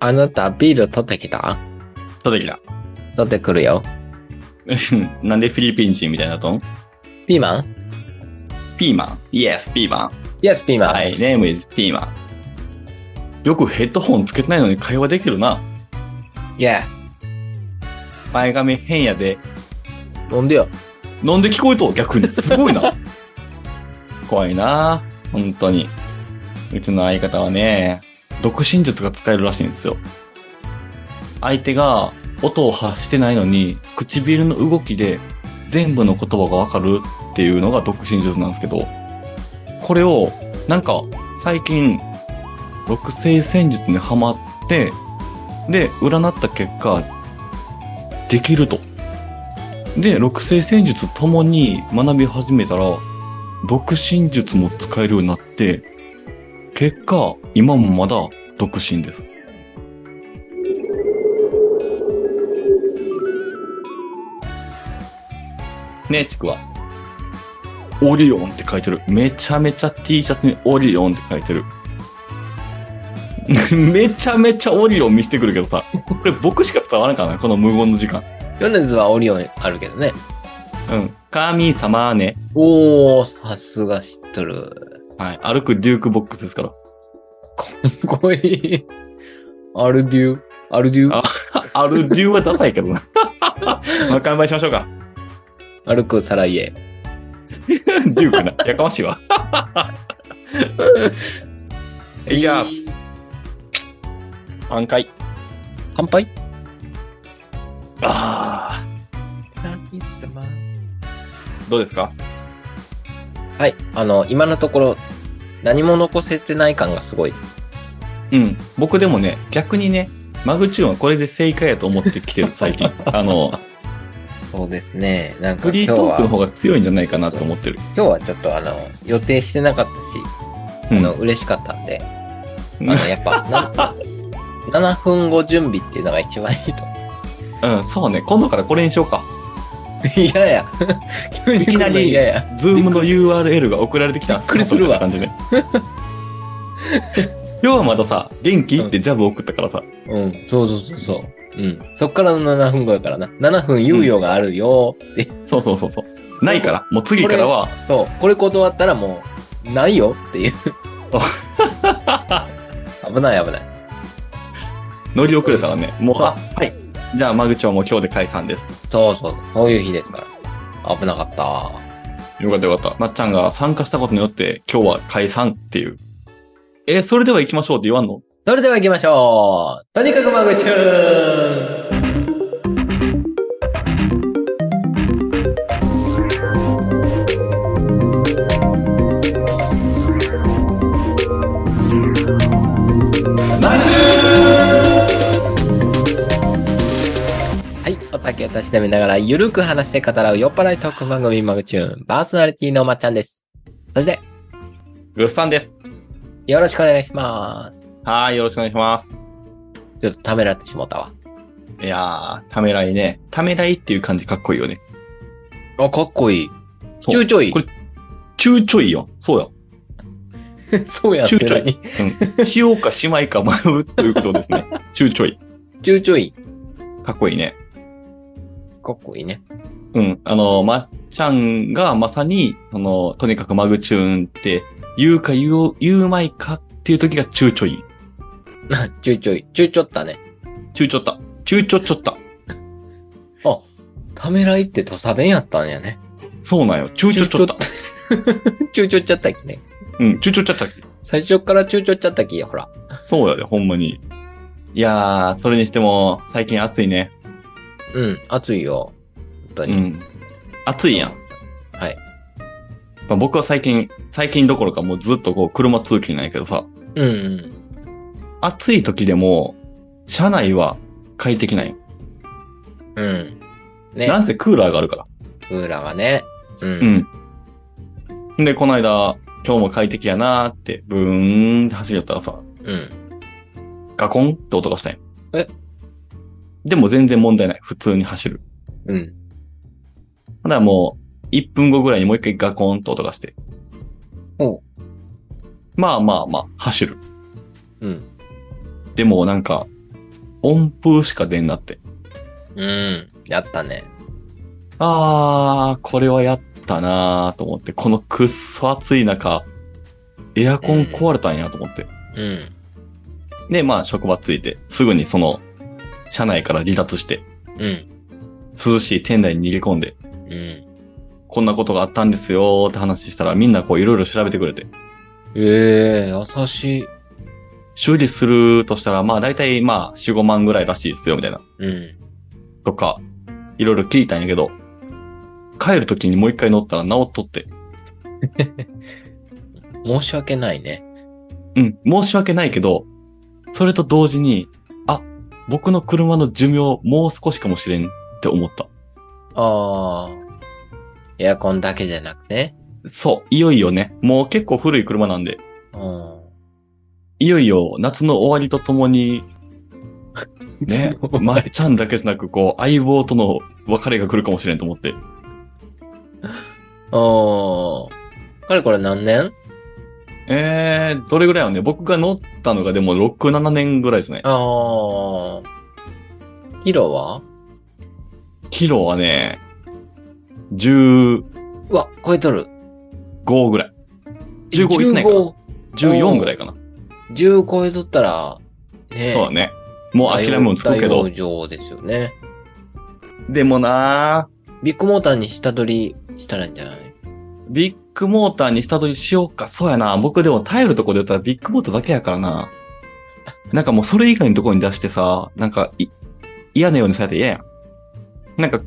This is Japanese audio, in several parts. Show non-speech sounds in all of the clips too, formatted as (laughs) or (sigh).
あなたビール取ってきた取ってきた。 (laughs) 取ってくるよ。うんなんでフィリピン人みたいなとんピーマンピーマン ?Yes, ピーマン。 ?Yes, ピーマン。 My name is ピーマン。よくヘッドホンつけてないのに会話できるな。 Yeah. 前髪変やで。飲んでよ。なんで聞こえとう逆に。すごいな。怖いな本当に。うちの相方はね、独身術が使えるらしいんですよ。相手が音を発してないのに、唇の動きで全部の言葉がわかるっていうのが独身術なんですけど、これを、なんか、最近、六星戦術にハマって、で、占った結果、できると。で、六星戦術ともに学び始めたら、独身術も使えるようになって、結果、今もまだ独身です。ねえ、ちくわ。オリオンって書いてる。めちゃめちゃ T シャツにオリオンって書いてる。 (laughs) めちゃめちゃオリオン見せてくるけどさ、これ僕しか伝わらんからな、この無言の時間。ヨネズはオリオンあるけどね。うん。神様ね。おー、さすが知っとる。はい。歩くデュークボックスですから。かっこいい。アルデュー。アルデューあ。あるデューはダサいけど (laughs) な。まあ、乾杯しましょうか。歩くサライエ。デュークな。やかましいわ。 (laughs) いきます。半回。乾杯あ神様。ーどうですかはい。あの、今のところ、何も残せてない感がすごい。うん。僕でもね、逆にね、マグチューンはこれで正解やと思ってきてる、最 (laughs) 近。あの、そうですね。なんかフリ今日ートークの方は、が強いんじゃないかなと思ってる。今日はちょっとあの、予定してなかったし、うあんの、。嬉しかったんで、あの、やっぱ、な7分後準備っていうのが一番いいと。 (laughs) うん、そうね。今度からこれにしようか。いや (laughs) や。急に来るのいきなり嫌や。ズームの URL が送られてきたんですびっくりするわ感じね。要はまださ、元気ってジャブ送ったからさ。うん。そうそうそうそう。うん。そっからの7分後やからな。7分猶予があるよって。そうそうそうそう。ないから、もう次からは、そう。これ断ったらもう、ないよって (laughs) いう。危ない危ない。乗り遅れたらね、もう、そうあ、はい。じゃあ、間口はもう今日で解散です。そうそう。そういう日ですから。危なかった。よかったよかった。まっちゃんが参加したことによって、今日は解散っていう。え、それでは行きましょうって言わんのそれでは行きましょう。とにかくマグチューンはい。お酒をたしなみながら、ゆるく話して語らう酔っ払いトーク番組マグチューン、パーソナリティのまっちゃんです。そして、グスタンです。よろしくお願いします。はーい、よろしくお願いします。ちょっとためらってしもうたわ。いやー、ためらいね。ためらいっていう感じかっこいいよね。あ、かっこいい。そう躊躇いいこ。れ躊躇いよ。そうよ。 (laughs) そうや躊躇い。うん。しようかしまいか迷うということ (laughs) ですね。躊躇い。躊躇い。かっこいいね。かっこいいね。うん。あの、まっちゃんがまさに、その、とにかくマグチューンって言うか言う、言うまいかっていう時が躊躇い。な、躊躇い。躊躇ったね。躊躇った。躊躇っちょった。ためらいって土佐弁やったんやね。そうなんよ。躊躇っちょった。躊躇っちゃったっけね。うん、躊躇っちゃった。最初から躊躇っちゃったっけほら。そうやで、ほんまに。いやー、それにしても、最近暑いね。うん、熱いよ。本当うに。ん。暑いやん。はい。まあ、僕は最近、最近どころかもうずっとこう、車通勤なんやけどさ、うん、うん。暑い時でも、車内は快適なんよ。うん。ね。なんせクーラーがあるから。クーラーがね。うん。うん。で、この間、今日も快適やなーって、ブーンって走り寄ったらさ、うん。ガコンって音がしたんよ。えでも全然問題ない。普通に走る。うん。ただもう、1分後ぐらいにもう一回ガコンって音がして。おうまあまあまあ、走る。うん。でもなんか、音符しか出んなって。うん。やったね。あー、これはやったなーと思って、このくっそ暑い中、エアコン壊れたんやと思って。うん。で、まあ、職場ついて、すぐにその、社内から離脱して、うん。涼しい店内に逃げ込んで、うん。こんなことがあったんですよーって話したら、みんなこういろいろ調べてくれて、ええ優しい。修理するとしたら、まあ、だいたいまあ、4、5万ぐらいらしいですよ、みたいな。うん。とか、いろいろ聞いたんやけど、帰る時にもう一回乗ったら治っとって、申し訳ないね。うん、申し訳ないけど、それと同時に、あ、僕の車の寿命もう少しかもしれんって思った。ああ。エアコンだけじゃなくね。そう、いよいよね、もう結構古い車なんで、うん。、いよいよ夏の終わりとともに、ねそうまっちゃんだけじゃなく、こう、相棒との別れが来るかもしれんと思って。ああ。かれこれ何年えー、どれぐらいはね、僕が乗ったのがでも6、7年ぐらいですね。ああ。キロはキロはね、15うわ、超えとる。ぐらい。15いってないかな15 14ぐらいかな。 10超えとったら、ねそうだね。もう諦めもつくけ大ど。上ですよね。でもなビッグモーターに下取りしたらいいんじゃないービッグモーターに下取りしようか。そうやな。僕でも耐えるとこで言ったらビッグモーターだけやからな。なんかもうそれ以外のとこに出してさ、なんかい嫌なようにされて嫌やん。なんか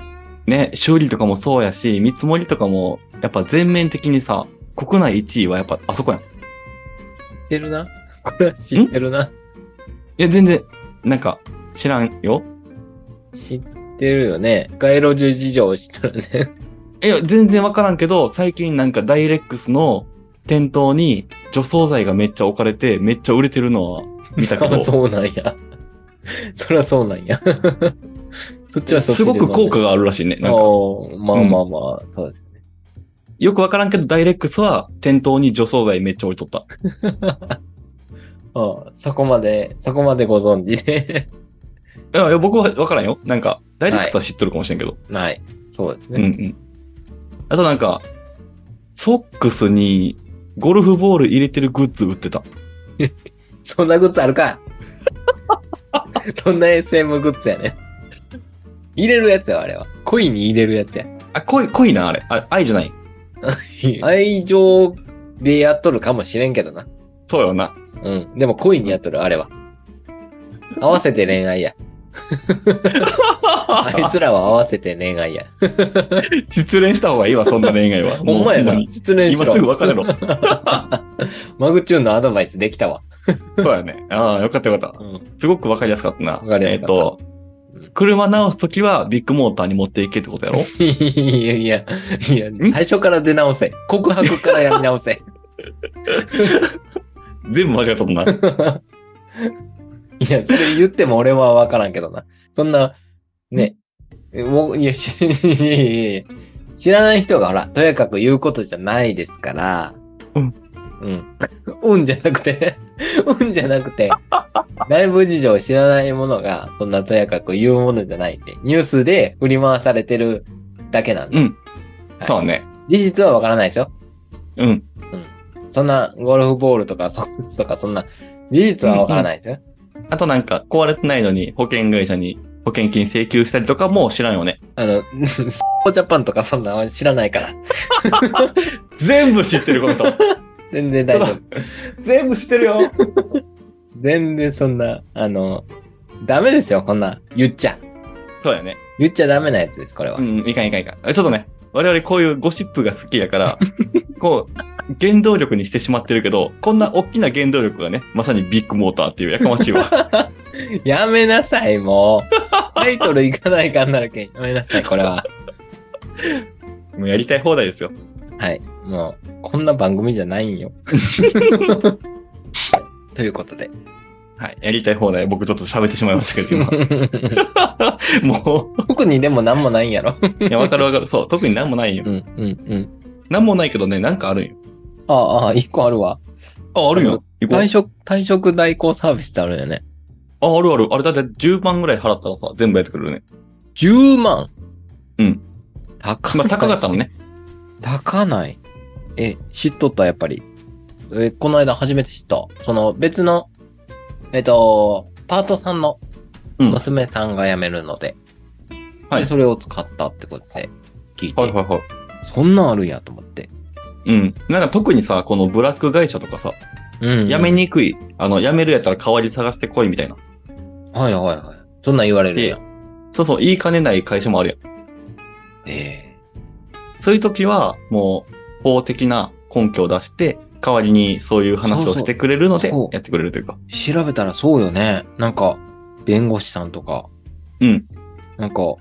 ね、修理とかもそうやし、見積もりとかも、やっぱ全面的にさ、国内1位はやっぱあそこやん。い知ってるな (laughs) これは知ってるなや、全然、なんか知らんよ。知ってるよね。街路樹事情を知ったらね。いや、全然わからんけど、最近なんかダイレックスの店頭に除草剤がめっちゃ置かれて、めっちゃ売れてるのは見たけあ (laughs) ど、そうなんや。そりゃそうなんや。 (laughs) そっちはそっちすごく効果が。があるらしいね。なんか、おーまあまあまあ、そうですよね。よくわからんけど、ダイレックスは店頭に除草剤めっちゃ置いとった。ああそこまで、そこまでご存知で。 (laughs) いや、いや僕はわからんよ。なんか、ダイレックスは知っとるかもしれんけど。はい。そうですうんうね。ん。あとなんか、ソックスにゴルフボール入れてるグッズ売ってた。そんなグッズあるか (laughs) どんな SM グッズやねん入れるやつや、あれは。恋に入れるや (laughs) つや。あ、濃い、濃いな、あれ。あ愛じゃない。愛情でやっとるかもしれんけどな。そうよ (laughs) な。うん。でも恋にやっとる、あれは。合わせて恋愛 (laughs) や。あいつらは合わせて恋愛や。失恋した方がいいわ、そんな恋愛 (laughs) は。ほんまやもうなほに。失恋しろ。今すぐ別れろ。 (laughs) マグチューンのアドバイスできた (laughs) わ。そうやね。ああ、よかったよかった。うん。すごくわかりやすかったな。わかりやすかったえっ、とうん、車直すときはビッグモーターに持っていけってことやろいやいや、いや、最初から出直せ。告白からやり直せ。全部間違っとったな。いや、それ言っても俺はわからんけどな。そんな、ね、えもう、いや、しいやいやいや知らない人がほら、とやかく言うことじゃないですから。うん。うん。うんじゃなくて、 (laughs) うんじゃなくて、内部事情を知らないものが、そんなとやかく言うものじゃないんで、ニュースで振り回されてるだけなんで。うん。そうね。事実はわからないですよ。うん。そんな、ゴルフボールとか、ソックスとか、そんな、事実はわからないですよ。あとなんか、壊れてないのに保険会社に保険金請求したりとかも知らんよね。あの、 (laughs) ジャパンとかそんなの知らないから。全部知ってる (laughs) こと。全然大丈そ夫う。全部知ってるよ。全然そんな、あの、ダメですよ、こんな。言っちゃ。そうやね。言っちゃダメなやつです、これは。うん、いかんいかんいかん。えちょっとね、我々こういうゴシップが好きや (laughs) から、こう、原動力にしてしまってるけど、こんな大きな原動力がね、まさにビッグモーターっていうやかましいわ。 (laughs) やめなさい、もう。タイトルいかないかんならけん。やめなさい、これは。もうやりたい放題ですよ。はい。もう、こんな番組じゃないん (laughs) よ。ということで。はい。やりたい放題、僕ちょっと喋ってしまいましたけど、今 (laughs) も特にでも何もないんやろ。う、いや、わかるわかる。そう、特になんもないよう。ん、うん、うん。なんもないけどね、なんかあるんよ。ああ、ああ、一個あるわ。あ、あるあのよ。行こう退職、退職代行サービスってあるよね。あ、あるある。あれだって10万ぐらい払ったらさ、全部やってくれるね。 10万うん。高まなあい。高かったのね。高ない。え、知っとった、やっぱり。え、この間初めて知った。その別の、えっと、パートさんのうん娘さんが辞めるので、はいでそれを使ったってことで聞いて、 (laughs) はいはいはい。そんなんあるんやと思って。うん。なんか特にさ、このブラック会社とかさ、うん、辞めにくい、あの、辞めるやったら代わり探してこいみたいな。はいはいはい。そんなん言われるやん。そうそう、言いかねない会社もあるやん。えそういう時は、もう、法的な根拠を出して、代わりにそういう話をしてくれるのでそうそう、やってくれるというか。え調べたらそうよね。なんか、弁護士さんとか、うん。なんか、お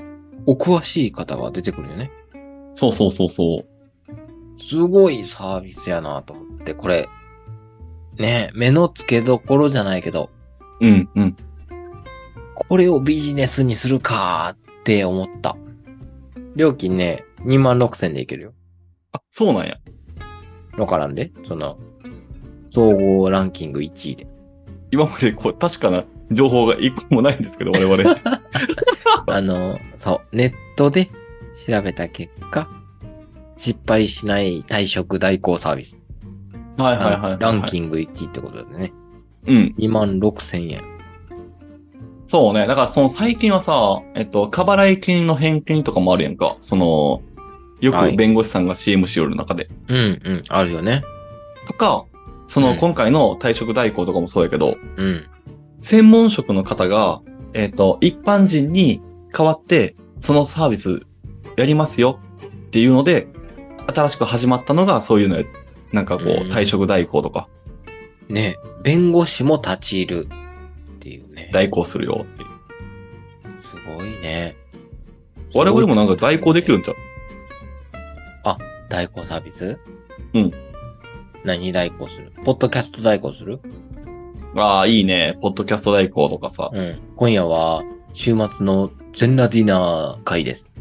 詳しい方が出てくるよね。そうそうそうそう。すごいサービスやなと思って、これ、ねえ、目の付けどころじゃないけど、うん、うん。これをビジネスにするかーって思った。料金ね、2万6千でいけるよ。あ、そうなんや。わからんで、その、総合ランキング1位で。今までこう、確かな情報が一個もないんですけど、我々。あの、そう、ネットで調べた結果、失敗しない退職代行サービス。 (laughs) はいはいはい。ランキング1位ってことでね。うん。 2万6千円。そうね。だからその最近はさ、えっと、過払い金の返金とかもあるやんか。その、よはくい弁護士さんが CM しよる中で。うんうん、あるよね。とか、そうのん今回の退職代行とかもそうやけど、うん。専門職の方が、えっと、一般人に代わって、そのサービスやりますよっていうので、新しく始まったのがそういうのや。なんかこうう、ん退職代行とか、ね、弁護士も立ち入るっていうね。代行するよっていう。すごいね。我々もなんか代行できるんすちゃうごい代行サービスうん。何代行するポッドキャスト代行するああ、いいね。ポッドキャスト代行とかさ。うん。今夜は、週末の全裸ディナー会です。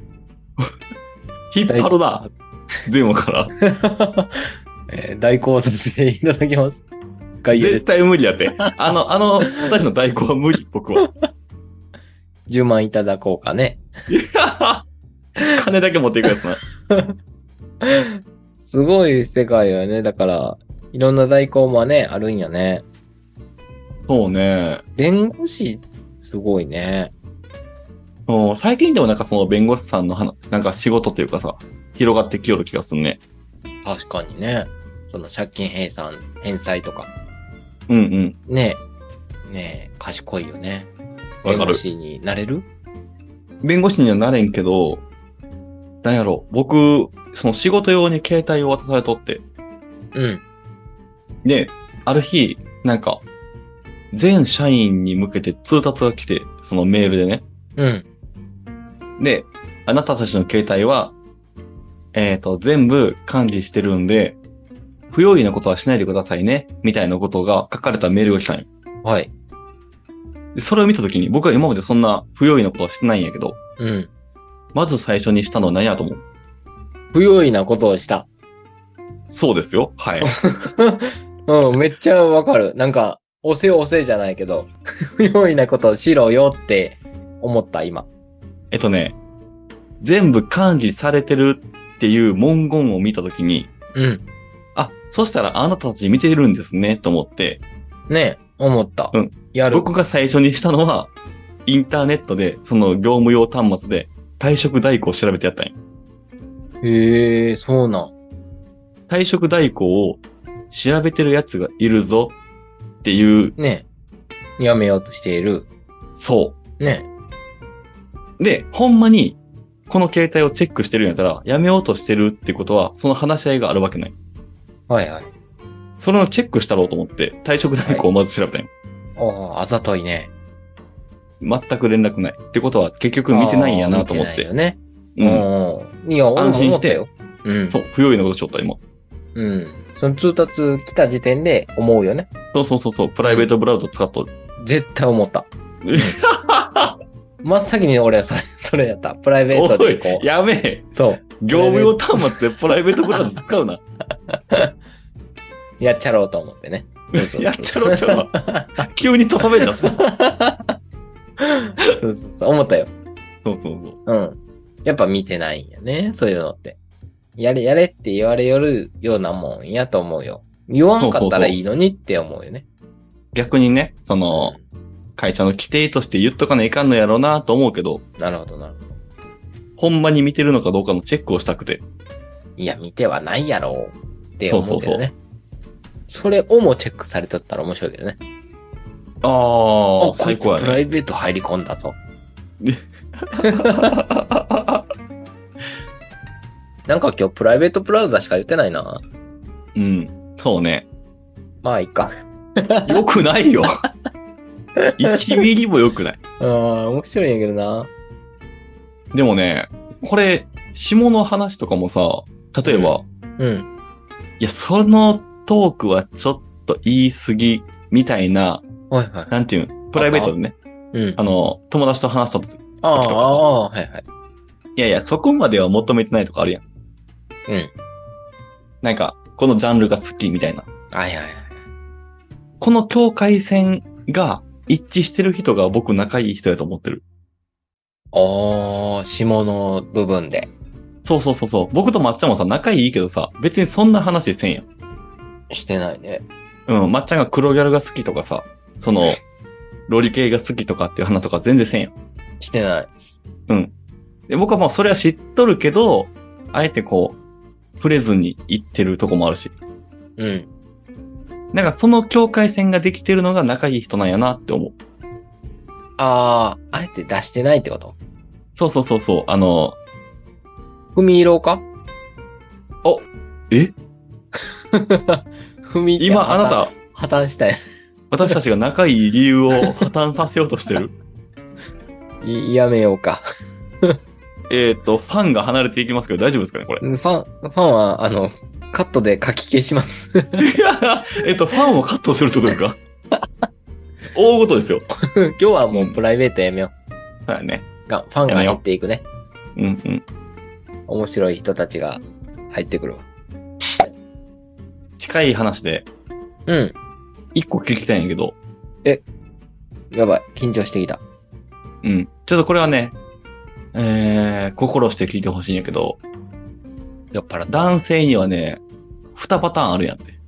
(laughs) 引っ張るな。全部 (laughs) から。えー代行させていただきます。概要で絶す。対無理やって。 (laughs) あの、あの、二人の代行は無 (laughs) 理、僕は。 10万いただこうかね。金だけ持っていくやつな。すごい世界よね。だから、いろんな代行もね、あるんやね。そうね。弁護士、すごいね。うん最近でもなんかその弁護士さんの話、なんか仕事というかさ、広がってきよる気がすんね。確かにね。その借金返済、返済とか。うんうん。ねえ。ねえ、賢いよね。わ弁か護る。士になれる弁護士にはなれんけど、なんやろ。僕、その仕事用に携帯を渡されとって。うん。で、ある日、なんか、全社員に向けて通達が来て、そのメールでね。うん。で、あなたたちの携帯は、えっ、と、全部管理してるんで、不用意なことはしないでくださいね、みたいなことが書かれたメールが来たんよ。はい。でそれを見たときに、僕は今までそんな不用意なことはしてないんやけど、うん。まず最初にしたのは何やと思う不用意なことをした。 (laughs) そうですよ。はい。うん、めっちゃわかる。なんか、押せ押せじゃないけど、 (laughs) 不用意なことをしろよって思った、今。えっとね、全部管理されてるっていう文言を見たときに、うん。あ、そしたらあなたたち見てるんですね、と思って、ねえ、思った。うん。やる。僕が最初にしたのは、インターネットで、その業務用端末で、退職代行を調べてやったんよ。へえ、そうなん。退職代行を調べてるやつがいるぞっていう、ねえ。やめようとしている。そねう。で、ほんまに、この携帯をチェックしてるんやったら、やめようとしてるってことは、その話し合いがあるわけない。え。はいはい。それをチェックしたろうと思って、退職代行をまず調べたんよ。ああ、あざといね。全く連絡ない。ってことは、結局見てないんやなと思っああ見てて。ないよね。うん。うん。いや、俺も安心思ったしてよ。うん。そう、不用意なことしょった、今。う。ん。その通達来た時点で思うよね。そうそうそうそう、プライベートブラウザ使っとる。絶対思った。 (laughs) 真っ先に俺はそれ、 (laughs) それやった。プライベートおでいこ、う。やべえ。そう。業務用端末でプライベートブラウザ使うな。やっちゃろうと思ってね。そう (laughs) そうそうやっちゃろうちゃうわ。急にとさべんだす。そうそうそうそう、思ったよ。そうそう。うん。やっぱ見てないんやね、そういうのって。やれやれって言われよるようなもんやと思うよ。言わんかったらいいのにって思うよね。逆にね、その、会社の規定として言っとかないかんのやろうなと思うけど、なるほど、なるほど。ほんまに見てるのかどうかのチェックをしたくて。いや、見てはないやろうって思うけそうそどうそね。それをもチェックされとったら面白いけどね。ああ、あ、こい最つプ高やラね。イベート入り込んだぞ。なんか今日プライベートブラウザしか言ってないな。うん。そうね。まあ、いいか。よくないよ。1ミリもよくない。うん、面白いんやけどな。でもね、これ、下の話とかもさ、例えば、うん。いや、そのトークはちょっと言い過ぎ、みたいな、はいはい。なんていうん、プライベートでね、うん。あの、友達と話した時、あ時とかさあ、はいはい。いやいや、そこまでは求めてないとかあるやん。うん。なんか、このジャンルが好きみたいな。はいはいはい。この境界線が一致してる人が僕仲いい人やと思ってる。おー、下の部分で。そうそうそうそう。僕とまっちゃんもさ、仲いいけどさ、別にそんな話せんやん。してないね。うん、まっちゃんが黒ギャルが好きとかさ、(laughs) その、ロリ系が好きとかっていう話とか全然せんやん。してないです。で僕はまあそれは知っとるけど、あえてこう、触れずに行ってるとこもあるし。うん。なんかその境界線ができてるのが仲いい人なんやなって思う。ああ、あえて出してないってことそうそうそうそう、あの、踏み入ろうか (laughs) え踏み入って今あな破た、綻破綻したい。私たちが仲いい理由を破綻させようとしてる。いやめようか。 (laughs) えっと、ファンが離れていきますけど大丈夫ですかね、これ。ファン、ファンは、あの、カットで書き消します。 (laughs) (laughs) えっと、ファンをカットするってこと (laughs) ですか大事ですよ。今日はもうプライベートやめよそうやね。う。がファンやがめよ減うっていくね。うんうん。面白い人たちが入ってくるわ。近い話で、うん。一個聞きたいんやけど、やばい。緊張してきた。うん。ちょっとこれはね、えー、心して聞いてほしいんやけど、酔っ払った。男性にはね、二パターンあるやんって。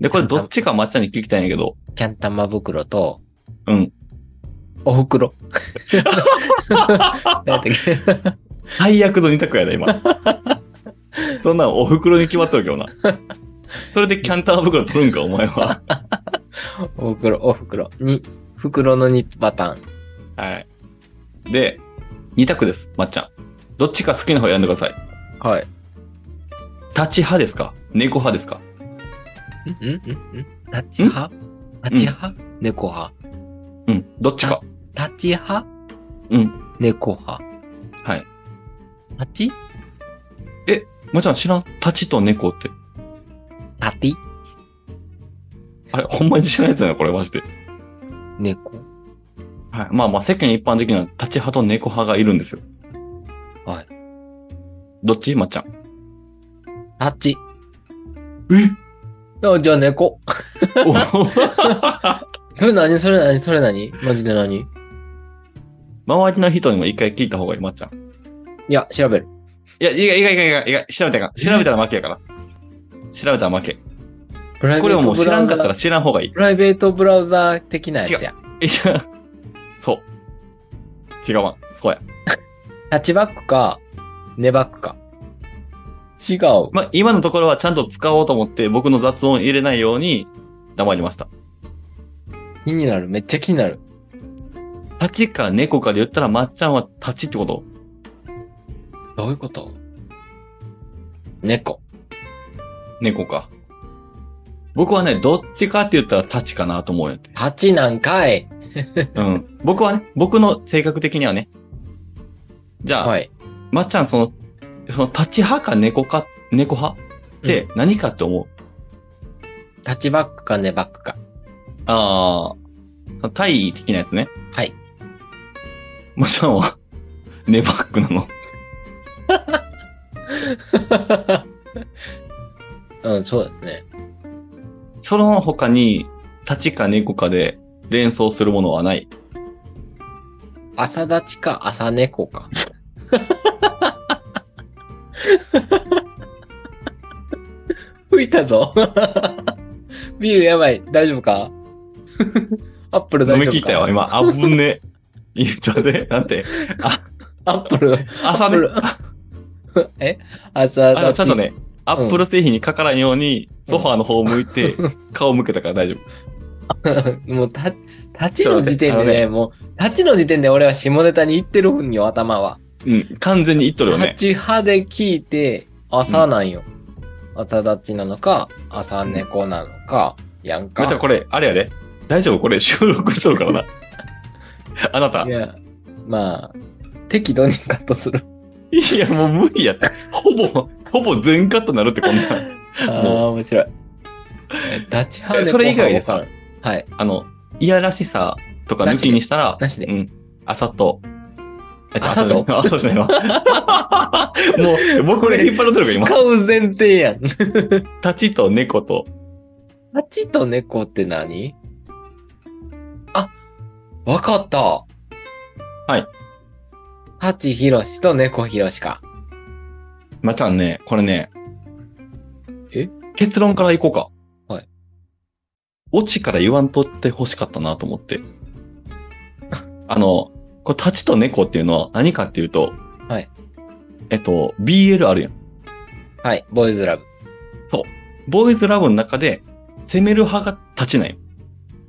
で、これどっちか抹茶に聞きたいんやけど、キャン玉袋と、うん。お袋。何やったっけ最悪の二択やな、 (laughs) 今。そんなんお袋に決まっとるけどな。それでキャンター袋取るんか、お前は。お袋、お袋。に、袋の2パターン。はい。で、二択です、まっちゃん。どっちか好きな方選んでください。はい。立ち派ですか猫派ですかんんんん立ち派立ち派猫派うん。どっちか。立ち派うん。猫派はい。立ちもちろん知らん立ちと猫って。立てあれ、ほんまに知らないやつだな、これ、マジで。猫。はい。まあまあ、世間一般的には立ち派と猫派がいるんですよ。はい。どっちまっちゃん。 (laughs) 立ち。えあ、じゃあ猫。おそれ何それ何それ何マジで何い周りの人にも一回聞いた方がいい、まっちゃん。いや、調べる。や、いやいやいやいやいや、調べたらあかん。調べたら負けやから。調べたら負け。プライこベれーはもトブう知ラらウんザかったらー。知らん方がいい。プライベートブラウザー的なやつや。いや、そう。違うわ。そうや。タッチバックか、ネバックか。違う。まあ、今のところはちゃんと使おうと思って、僕の雑音入れないように黙りました。気になる。めっちゃ気になる。立ちか猫かで言ったら、まっちゃんは立ちってことどういうこと猫。猫か。僕はね、どっちかって言ったら立ちかなと思う (laughs) よって。立ちなんかい。うん。僕はね、僕の性格的にはね。じゃあ、はい。まっちゃん、その、その立ち派か猫か、猫派って何かって思う、タッチバックかネバックか。ああ、その体位的なやつね。 (laughs) はい。まっちゃんは、 (laughs) ネバックなの。うん、そうですね。その他に、立ちか猫かで連想するものはない。朝立ちか朝猫か。 (laughs) 吹いたぞ。ビールやばい。大丈夫 (laughs) かアップル大丈夫飲かみ切ったよ、。今。あぶ (laughs) ね。言っちゃって。だって、アップル。朝ね、 (laughs) え朝立あち。ちゃんと。ね、アップル製品にかからんように、ソファーの方を向 (laughs) いて、顔向けたから大丈夫。もうた、立ちの時点ちでょっと待ってね、もう、立ちの時点で俺は下ネタに行ってるんよ、頭は。うん、完全に言っとるよ立ね。ち派で聞いて、朝なんよ。朝立ちなのか、朝猫なのか、やんめか。っちゃんこれ、あれやで。大丈夫これ収録しとるからな。 (laughs) あなたい。や、まあ、適度にカットする。い (laughs) や、もう無理やって。ほぼ、ほぼ全カットなるってこ (laughs) んな。ああ、面 (laughs) 白い。えダチハーえネそれ以外でさ、はい。あの、いやらしさとか抜きにしたら、なしで。うん。朝と。えっと朝と朝じゃないわ。 (laughs) もう、僕で引っ張るとるから使う前提やん。 (laughs) 立今。立ちと猫と。。ちと猫って何あ、わかった。はい立ちひろしと猫ひろしか。またね、これね。え結論からいこうか。はい。オチから言わんとって欲しかったなと思って。 (laughs) あの、これ、立ちと猫っていうのは何かっていうと、はい。えっと、BL あるやん。はい、ボーイズラブ。ボーイズラブの中で、攻める派が立ちない。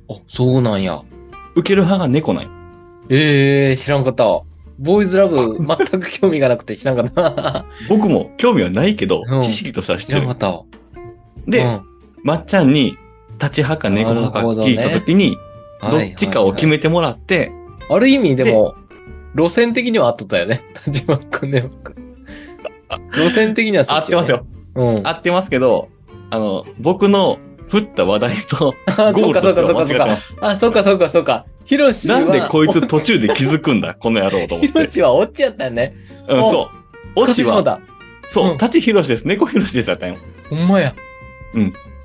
あ、そうなんや。受ける派が猫ない。ええー、知らんかった。ボーイズラブ、全く興味がなくて知らんかった。 (laughs) 僕も興味はないけど、うん知識としては知っ知てらんかる。った。で、うんまっちゃんに、立ち派か猫派か聞いたときに、どっちかを決めてもらって、ある意味でも、路線的には合っとったよね。立場君ね。路線的にはそ合っっちてますよ。ね。うん。合ってますけど、あの、僕の振った話題とあ、そゴーうルかとそうしてかそうは間違ってかま。す。あ、そうかそうかそうか。ヒロシは。なんでこいつ途中で気づ (laughs) くんだ、この野郎と思っヒロて。シはオチやったよね。うん、おそう。オチそうは、だ。そうう、ん立ちひろしです、猫ひろしですだったよ。ほんまや。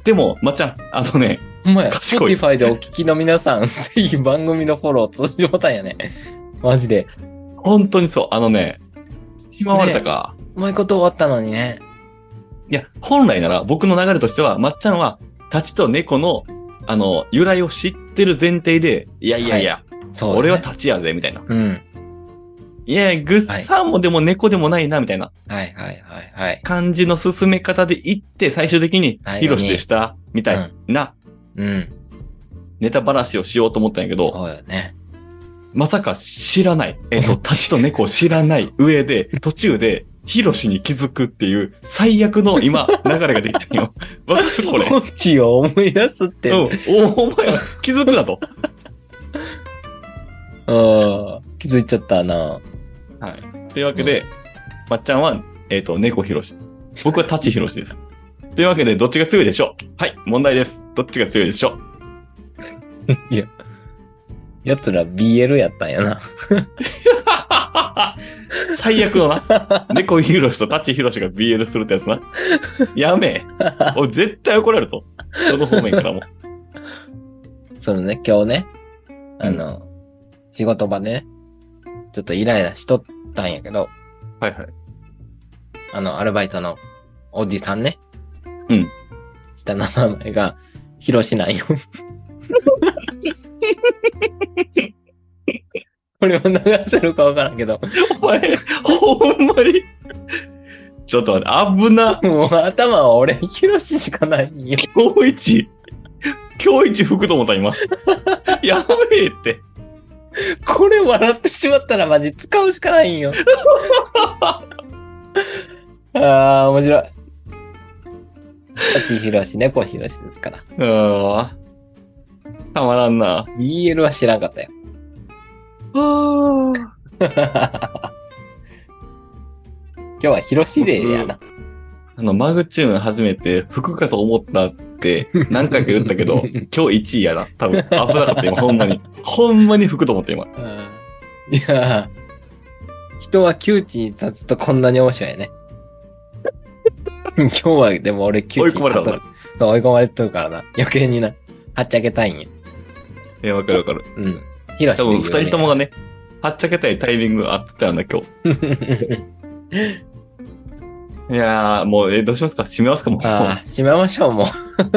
でも、まっちゃん、あのね、ほんまや。賢 Spotify いでお聞きの皆さん、ぜひ番組のフォロー通じボタンやね。マジで。本当にそう、あのね、しまわれたか。うまいこと終わったのにね。いや、本来なら僕の流れとしては、まっちゃんは、立ちと猫の、あの、由来を知ってる前提で、いやいやいや、そう、俺は。立ちやぜ、みたいな。うん。いやいや、ぐっさんもでも猫でもないな、みたいな。はいはいはいはい。感じの進め方でいって、最終的に最後、にヒロシでした、みたいなうん。ネタ話をしようと思ったんやけど、そうよね。まさか知らない、えっ、 (laughs) と、タチと猫を知らない上で、途中で、ヒロシに気づくっていう、最悪の今、流れができた (laughs) んよ。わかるこれ。オチを思い出すって。うん。お、お前は気づくなと。うん。気づいちゃったな。はい。というわけで、まっちゃんは、えっ、と、猫ヒロシ。僕はタチヒロシです。というわけで、どっちが強いでしょうはい、問題です。どっちが強いでしょうやつら BL やったんやな。 (laughs) 最悪の (laughs) な。猫ひろしと立ちひろしが BL するってやつな。やめえ。俺絶対怒られると。その方面からも。そのね、今日ね、あの、仕事場ね、ちょっとイライラしとったんやけど、 (laughs) はいはい。あの、アルバイトのおじさんね。うん。下の名前が、ひろし (laughs) なんよ。これを流せるかわからんけど、お前、ほんまに。ちょっと待って、危な。もう頭は俺、ひろししかないんよ。今日一。今日一吹くと思った今。やべえって。これ笑ってしまったらマジ使うしかないんよ。ああ、面白い。立ちひろし、猫ひろしですから。うーん。たまらん (laughs) な。 BL は知らんかったよ。 (laughs) 今日はひろしでやな。あの、マグチューン初めて服かと思っ (laughs) たって何回か言ったけど、今日1位やな。多分危なかった今、ほんまに。ほんまに服と思った今。うんいやー人は窮地に立 (laughs) つとこんなに面白いね。今日はでも俺窮地に立っとる。そう追い込まれてるからな。余計にな。はっちゃけたいんや。え、わかるわかる。うん。ヒロシで多言分う二人ともがね、はっちゃけたいタイミングが合ってたんだ、今ね。日。いやー、もう、え、どうしますか締めますかもう。 (laughs) ああ、閉めましょう、も (laughs)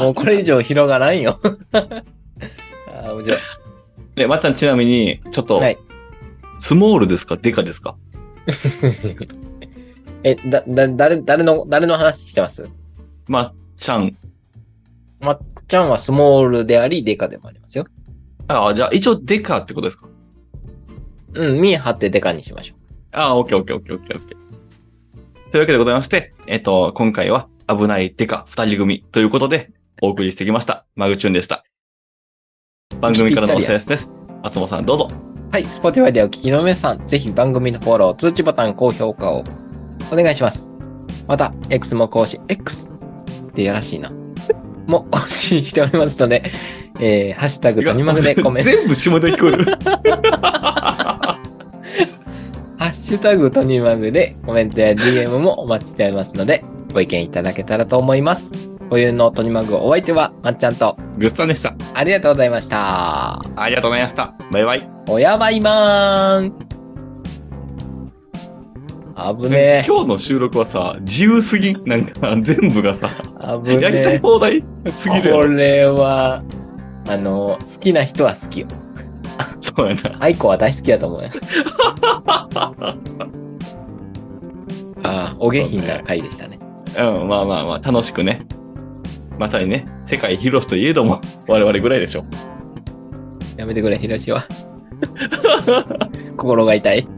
う。もうこれ以上広がらんよ。 (laughs) ああ、面白い。で、まっちゃんちなみに、ちょっと、はい。 (laughs) スモールですかデカですかえ、だ、だ、誰、誰の、誰の話してますまっちゃん。まっちゃんはスモールであり、デカでもありますよ。ああ、じゃあ一応デカってことですかうん、見え張ってデカにしましょああ、オッケーオッケーオッケーオッケーオッケー。というわけでございまして、えっと、今回は危ないデカ二人組ということでお送りしてきました。マグチューンでした。番組からのお知らせです。松本さんどうぞ。う。はい、Spotify でお聞きの皆さん、ぜひ番組のフォロー、通知ボタン、高評価をお願いします。また、X も更新、X ってやらしいな。 (laughs) も更新しておりますので、えー、ハッシュタグとにまぐでコメント、全部下で聞こえる。ハッシュタグとにまぐでコメントや DM もお待ちしておりますので、ご意見いただけたらと思います。ご有のとにまぐお相手は、まっちゃんと、グッサンでした。ありがとうございました。ありがとうございました。バイバイ。おやばいまーん。危ねえ。今日の収録はさ、自由すぎんなんか、全部がさ、危やりたいね放題すぎえ。るこよ。れは、あの、好きな人は好きよ。そうやな。アイコは大好きだと思う (laughs) よ。ああ、お下品な回でしたね。うん、まあまあまあ、楽しくね。まさにね、世界広しといえども、我々ぐらいでしょ。やめてくれ、ヒロシ (laughs) は。心が痛い。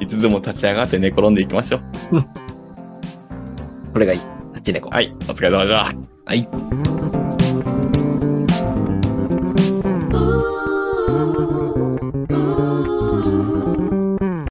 いつでも立ち上がって寝転んでいきましょう。これがいい。あっちでこう。はい、お疲れ様じゃ。はい